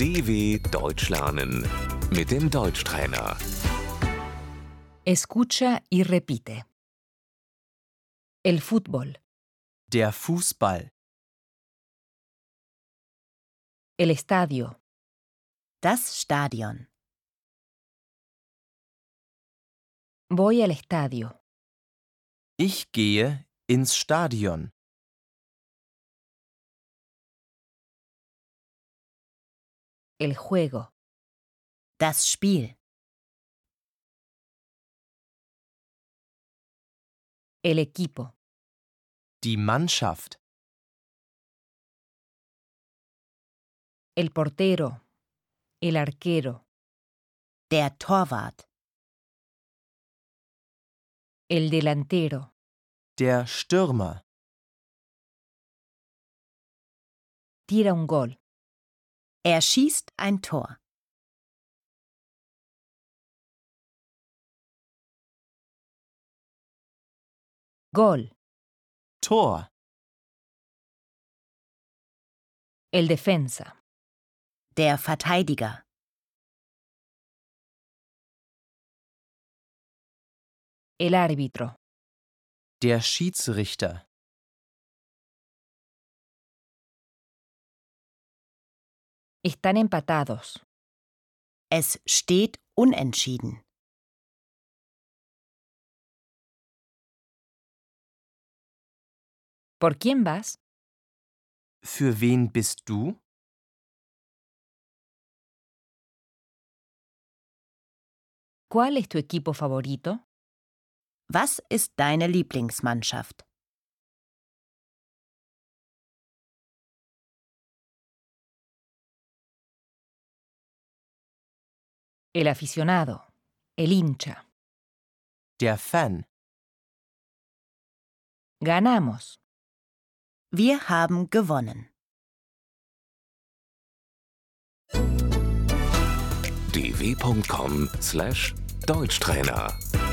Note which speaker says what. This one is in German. Speaker 1: DW Deutsch lernen mit dem Deutschtrainer.
Speaker 2: Escucha y repite. El fútbol,
Speaker 3: Der Fußball,
Speaker 2: el estadio,
Speaker 4: Das Stadion.
Speaker 2: voy al estadio,
Speaker 3: ich gehe ins Stadion,
Speaker 2: el juego,
Speaker 4: Das Spiel.
Speaker 2: el equipo,
Speaker 3: die Mannschaft,
Speaker 2: el portero, el arquero,
Speaker 4: Der Torwart.
Speaker 2: el delantero,
Speaker 3: der Stürmer,
Speaker 2: tira un gol,
Speaker 4: um Er schießt ein Tor.
Speaker 2: gol,
Speaker 3: Tor,
Speaker 2: el defensa,
Speaker 4: Der Verteidiger.
Speaker 2: el árbitro,
Speaker 3: der Schiedsrichter,
Speaker 2: están empatados.
Speaker 4: Es steht unentschieden.
Speaker 2: ¿Por quién vas?
Speaker 3: Für wen bist du?
Speaker 2: ¿Cuál es tu equipo favorito?
Speaker 4: Was ist deine Lieblingsmannschaft?
Speaker 2: El aficionado, el hincha.
Speaker 3: Der Fan,
Speaker 2: Ganamos.
Speaker 4: Wir haben gewonnen.
Speaker 1: dw.com/deutschtrainer